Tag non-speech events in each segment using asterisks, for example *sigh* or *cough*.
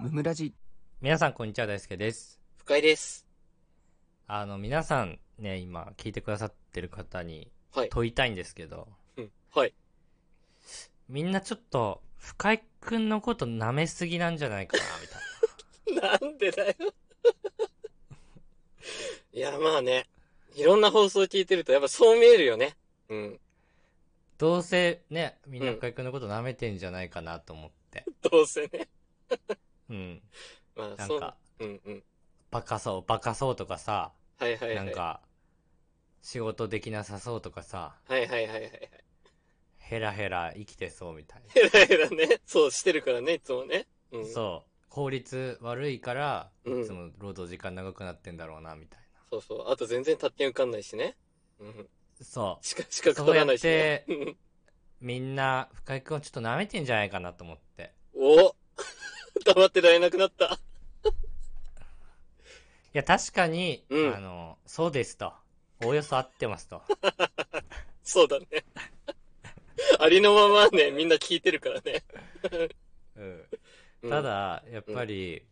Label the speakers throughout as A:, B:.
A: ムムラジ
B: 皆さんこんにちは大輔です
C: 深井です。
B: あの皆さんね今聞いてくださってる方に
C: はい。
B: 問いたいんですけど
C: うんはい。 *laughs*
B: みんなちょっと深井くんのこと舐めすぎなんじゃないかなみたい
C: なんでだよ。 *laughs* いや、まあね。いろんな放送聞いてると、やっぱそう見えるよね。うん。
B: などうせねみんな深井くんのこと舐めてんじゃないかなと思って
C: どうせね。
B: うん
C: まあ、
B: なん
C: そう。
B: か
C: うんうん。
B: バカそうバカそうとかさ
C: はいはいはい。
B: なんか仕事できなさそうとかさ
C: はいはいはいはいはい。
B: ヘラヘラ生きてそうみたいな
C: ヘラヘラね。そうしてるからね、いつもね。うん。そう
B: そう効率悪いから
C: うん
B: いつも労働時間長くなってんだろうなみたいな、
C: そうあと全然立って受かんないしね。うん。
B: そ
C: しか、しか取らないしね。うん
B: うみんな深井君をちょっと舐めてんじゃないかなと思って
C: お *laughs* 黙ってられなくなった。
B: いや確かに、
C: うん
B: あのそうですとおおよそ合ってますと
C: そ
B: *laughs*
C: うだね。ありのままね、みんな聞いてるからね。
B: うん
C: うん
B: た、だやっぱり、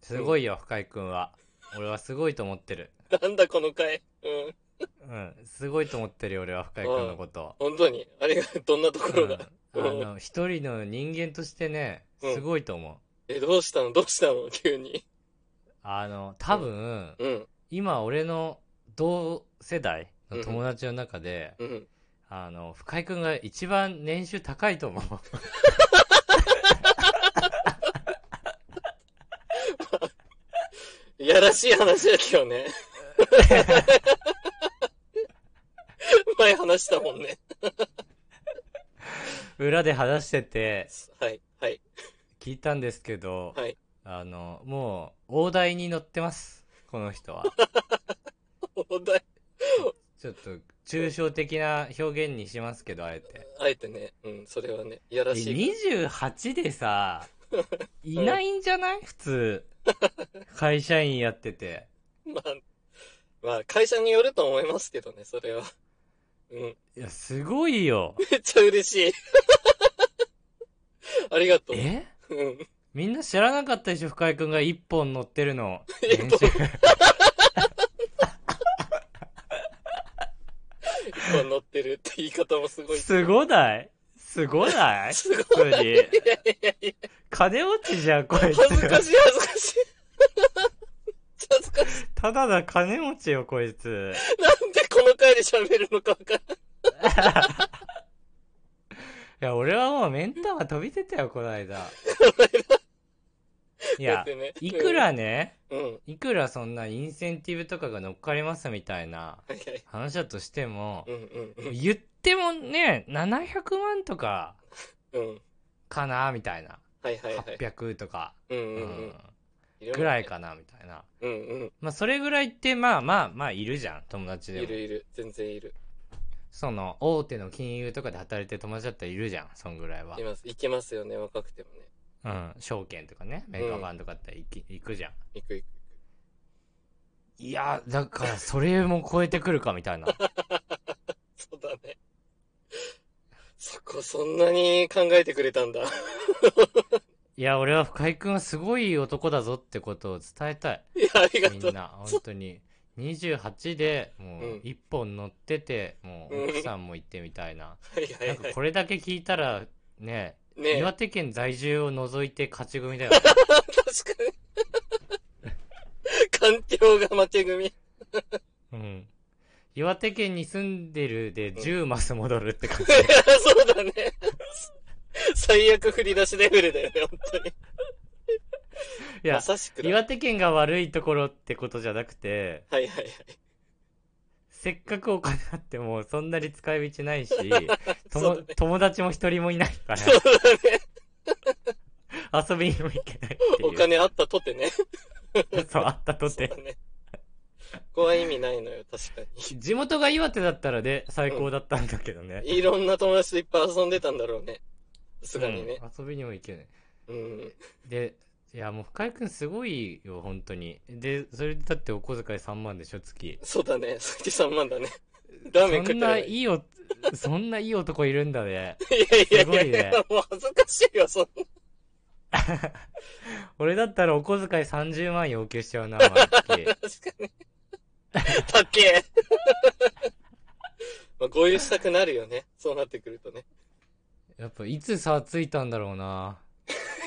B: すごいよ深井君は俺はすごいと思ってる
C: なんだこの回。うん。
B: うんすごいと思ってるよ俺は深井君のこと
C: 本当に。あれが、 *laughs* どんなところが。
B: うんあの一人の人間としてね
C: うん
B: すごいと思う、
C: え、どうしたのどうしたの急に。
B: あの多分、
C: うん。
B: 今俺の同世代の友達の中で、
C: うん。
B: あの深井君が一番年収高いと思う
C: いやらしい話だけどね。 *laughs* 前話したもんね。
B: 裏で話してて
C: はい。はい。
B: 聞いたんですけど、
C: はい
B: あのもう大台に乗ってますこの人
C: *laughs*
B: は
C: お題、
B: ちょっと抽象的な表現にしますけどあえて
C: あえてね。うん、それはね。いや
B: え
C: らしい。
B: 28で
C: *laughs*
B: さいないんじゃない普通会社員やってて
C: まあ、まあ、会社によると思いますけどね、それは。うん。
B: いやすごい
C: *laughs*
B: よ
C: めっちゃ嬉しい。ありがとう。
B: え
C: うん。
B: みんな知らなかったでしょ深井君が一本乗ってるの
C: *laughs* 一
B: 練
C: 本
B: 習
C: 今乗ってるって言い方も
B: *laughs*
C: すご
B: *laughs*
C: い。
B: すごないすごない
C: *laughs* すご
B: 普通に
C: い。いやいやいや、
B: 金持ちじゃんこいつ
C: 恥ずかしい恥ずかしい。恥ずかしい。
B: ただだ金持ちよこいつ
C: なんでこの回で喋るのかわからない。
B: いや俺はもうメンターが飛び出たよこの間
C: *laughs*
B: い
C: い
B: や
C: ね、
B: いくらね
C: うん。うん。はい
B: くらそんなインセンティブとかが乗っかりますみたいない
C: はい。
B: 話だとしても
C: うんうん
B: 言ってもね700万とか
C: うん。うん。
B: かなみたいな
C: はいはいはい。
B: 800とか、
C: うん
B: う
C: うん
B: ん、
C: うん。
B: ぐらい。かなみたいな
C: うんうん。
B: まあ、それぐらいって、まあまあまあ、いるじゃん、友達で
C: い
B: も
C: る。いる。全然いる。。
B: その、大手の金融とかで働いてる友達だったらいるじゃん、そんぐらいはい
C: ます。いけますよね、若くてもね。
B: うん、証券とかね、メーカーバンとかだったら行き行くじゃん。
C: いくいく。
B: いや、だから、それも超えてくるかみたいな。
C: そうだね。そこそんなに考えてくれたんだ。
B: *laughs* いや、俺は深井君はすごい男だぞってことを伝えたい。
C: いや、ありが
B: み
C: と
B: ん
C: う。
B: な、本当に。28で、も
C: う、
B: うん一本乗ってて、もう
C: う、ん
B: 奥さんも行ってみたいな。
C: はい
B: な
C: は
B: ん
C: い
B: か
C: はい。
B: これだけ聞いたら、ね、
C: ねえ
B: 岩手県在住を除いて勝ち組 *laughs* だよ。
C: 確かに。環境が負け組。 *laughs*
B: うん。岩手県に住んでるで10マス戻るって感 *laughs* じ。
C: そうだね。最悪振り出しレベルだよね、本当に。
B: いや
C: ま、さしくだ。はい
B: 岩手県が悪いところってことじゃなくて、
C: はいはい。
B: せっかくお金あってもそんなに使い道ないし、と
C: *laughs* そ
B: も
C: うだね
B: 友達も一人もいないから、
C: そうだね。
B: 遊びにも行けないっていう。
C: お金あったとてね。
B: そう、あったと
C: そうだ
B: て。
C: ね。ここは意味ないのよ、確かに。
B: 地元が岩手だったらで、最高だったんだけどね。
C: いろんな友達といっぱい遊んでたんだろうね。さすがにね。
B: うん遊びにも行けない。
C: うん。
B: で、いや、もう深井くんすごいよ、本当に。で、それでだってお小遣い3万でしょ、月。
C: そうだね。さっき3万だね。ラー
B: そ
C: メン食っ
B: ん
C: てな。
B: ないいいお、そんないい男いるんだね。
C: いやいやいや
B: すごいね
C: もう恥ずかしいよ、そんな。
B: 俺だったらお小遣い30万要求しちゃうな、毎月。
C: 確かに。たっけえ。 *laughs* まあ、合流したくなるよね。そうなってくるとね。
B: やっぱ、いつ差ついたんだろうな。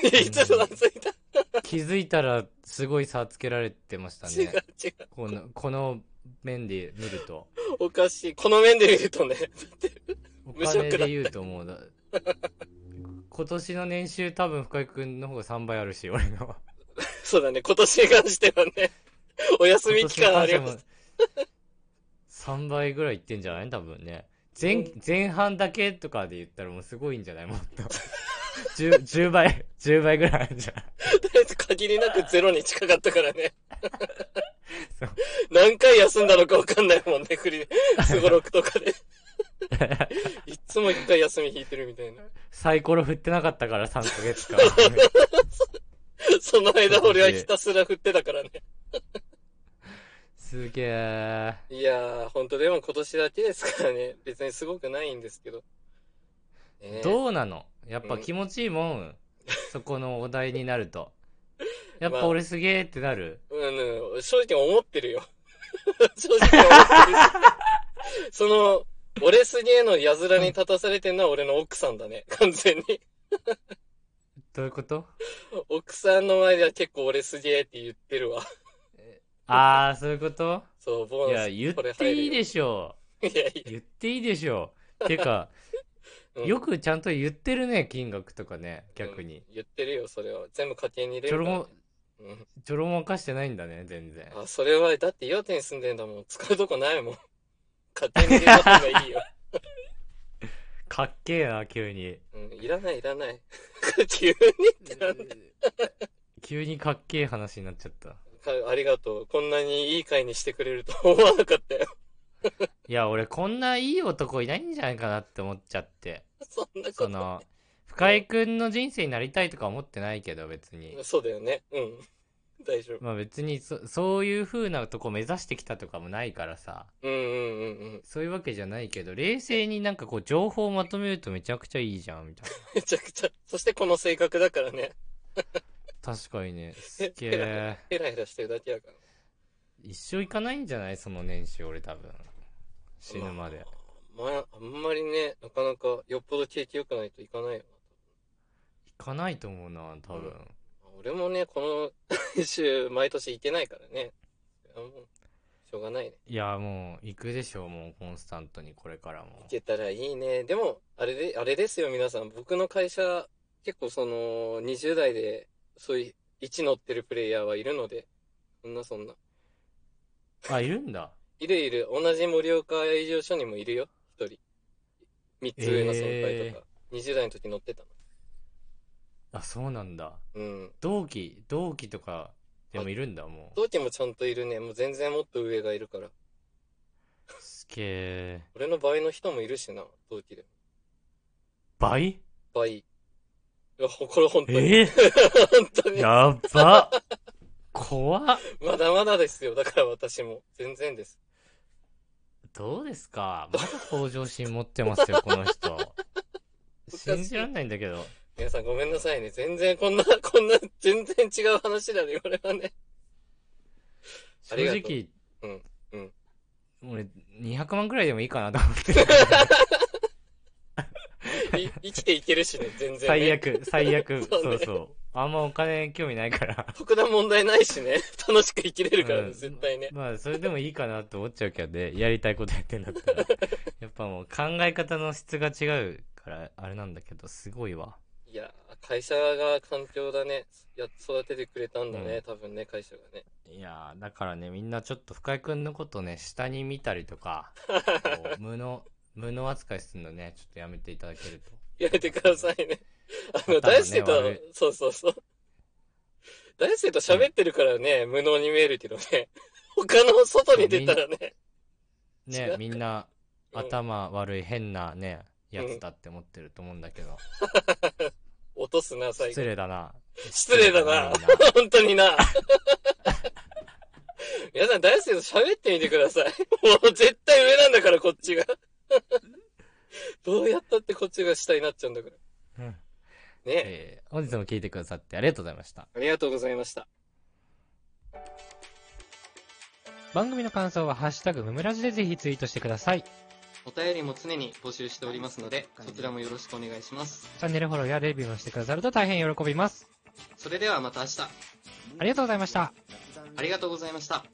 C: いつのついた
B: 気づいたら、すごい差つけられてました
C: 違う
B: ね。
C: 違う。
B: この、この面で見ると。
C: おかしい。この面で言うとね。
B: お
C: 無職だっ
B: 金
C: た
B: で言うともうだ。今年の年収多分深井くんの方が3倍あるし、俺の。
C: そうだね。今年に関してはね。お休み期間あります。
B: 3倍ぐらいいってんじゃない多分ね。前、前半だけとかで言ったらもうすごいんじゃないもっと。10, *laughs* 10倍、10倍ぐらいあるんじゃない
C: とりあえず限りなくゼロに近かったからね
B: そう。
C: 何回休んだのか分かんないもんね、フリスゴロクと
B: *laughs*
C: かで。いっつも一回休み引いてるみたいな。
B: サイコロ振ってなかったから3ヶ月
C: *laughs*
B: 間。
C: その間俺はひたすら振ってたからね。
B: すげえ。
C: いやー、ほんとでも今年だけですからね。別にすごくないんですけど。ねえ
B: どうなのやっぱ気持ちいいも
C: *laughs*
B: ん。そこのお題になると。やっぱ俺すげえってなる。
C: うん、うん、正直思ってるよ。 *laughs* 正直思ってるし。その、俺すげえのやずらに立たされてんのは俺の奥さんだね。完全に。
B: どういう
C: *laughs*
B: こと
C: 奥さんの前では結構俺すげえって言ってるわ。 *laughs*
B: あー、そういうこと
C: そう、ボ
B: い
C: ーナ
B: や、
C: ス。
B: 言っ
C: これ
B: ていい
C: 入るよ
B: でしょ。
C: いやいう
B: 言っていいでしょう。てか、
C: や、うん
B: よくちゃんと言ってるね、金額とかね、逆に。
C: うん言ってるよ、それは。全部家計に入れ
B: ちょ
C: る
B: ろ
C: から
B: も
C: ね、うん。
B: ちょろもかしてないんだね、全然。
C: あ、それは、だって岩手に住んでんだもん。使うとこないもん。家計に入れた方がいいよ。 *laughs*
B: かっけえな、急に。
C: うん、いらない、いらない。 *laughs* 急にってなんだ
B: 急にかっけえ話になっちゃった。
C: かありがとう。こんなにいい回にしてくれると *laughs* 思わなかったよ。
B: いや、俺こんないい男いないんじゃないかなって思っちゃって。
C: そんなこ
B: そ
C: と。
B: の、深井くんの人生になりたいとか思ってないけど、別に。
C: そうだよね。うん。大丈夫。
B: まあ別にそ、そういう風なとこ目指してきたとかもないからさ。
C: うんうんうんうん。
B: そういうわけじゃないけど、冷静になんかこう情報をまとめるとめちゃくちゃいいじゃん、みたい *laughs* な。
C: めちゃくちゃ。そしてこの性格だからね。
B: 確かにね、すっげえ。
C: ヘラヘラしてるだけやから。
B: 一生行かないんじゃないその年収、俺多分。死ぬまで。
C: まあ、あんまりね、なかなかよっぽど景気良くないといかないよ
B: 行かないと思うな、多分。
C: な。俺もね、この *laughs* 週、毎年行けないからね。それはもう、しょうがないね。
B: いや、もう、行くでしょう、もう、コンスタントに、これからも
C: 行。けたらいいね。でも、あれで、あれですよ、皆さん。僕の会社、結構その、20代で、そういう、位置乗ってるプレイヤーはいるので、そんなそんな。
B: あ、いるんだ。
C: いるいる。同じ盛岡営業所にもいるよ、一人。三つ上の先輩とか。20代の時乗ってたの。
B: あ、そうなんだ。
C: うん。
B: 同期、同期とか、でもいるんだ、もう。
C: 同期もちゃんといるね。もう全然もっと上がいるから。
B: すげえ。
C: 俺の倍の人もいるしな、同期で。
B: 倍
C: 倍。いや、ほこれ本当に。
B: え
C: 本当に。
B: やっば怖っ
C: まだまだですよ。だから私も。全然です。
B: どうですかまだ向上心持ってますよ、この人。信じらんないんだけど。
C: 皆さんごめんなさいね。全然こんな、こんな、全然違う話だね。これはね。ありがとう
B: 正直、
C: うんうん
B: 俺、200万くらいでもいいかなと思って。
C: い生きていけるしね、全然、ね。
B: 最。悪、最悪。
C: *laughs* そう
B: そ
C: ね
B: うそう。あんまお金興味ないから。
C: 特段問題ないしね。楽しく生きれるからね、
B: うん
C: 絶対ね。
B: まあ、それでもいいかなと思っちゃうけどね、やりたいことやってんだったら。やっぱもう考え方の質が違うから、あれなんだけど、すごいわ。
C: いやー、会社が環境だね。や、育ててくれたんだね。
B: うん
C: 多分ね、会社がね。
B: いやーだからね、みんなちょっと深井くんのことね、下に見たりとか、こ
C: *laughs*
B: う無能、無能扱いするのね、ちょっとやめていただけると。
C: やめてくださいね。あの、
B: 頭ね
C: 大輔と
B: 悪い、
C: そうそうそう。大輔と喋ってるからね、無能に見えるけどね。 *laughs* 他の外に出たらね、違う
B: ね
C: か、
B: みんな、
C: うん
B: 頭悪い変なね、やつだって思ってると思うんだけど、
C: 落とすな、最後
B: 失。礼だな。
C: 失礼だな
B: 失礼だなみんな
C: 本当にな。 *laughs* 皆さん、大輔と喋ってみてください。 *laughs* もう絶対上なんだから、こっ *laughs* *laughs* ちが。どうやったってこっちが下になっちゃうんだから。
B: うん
C: ね、
B: えー本日も聞いてくださってありがとうございました。
C: ありがとうございました。
B: 番組の感想はハッシュタグムムラジでぜひツイートしてください。チ
C: お便りも常に募集しておりますので、そちらもよろしくお願いします。
B: ャンネルフォローやレビューもしてくださると大変喜びます。
C: それではまた明日、
B: ありがとうございました。
C: ありがとうございました。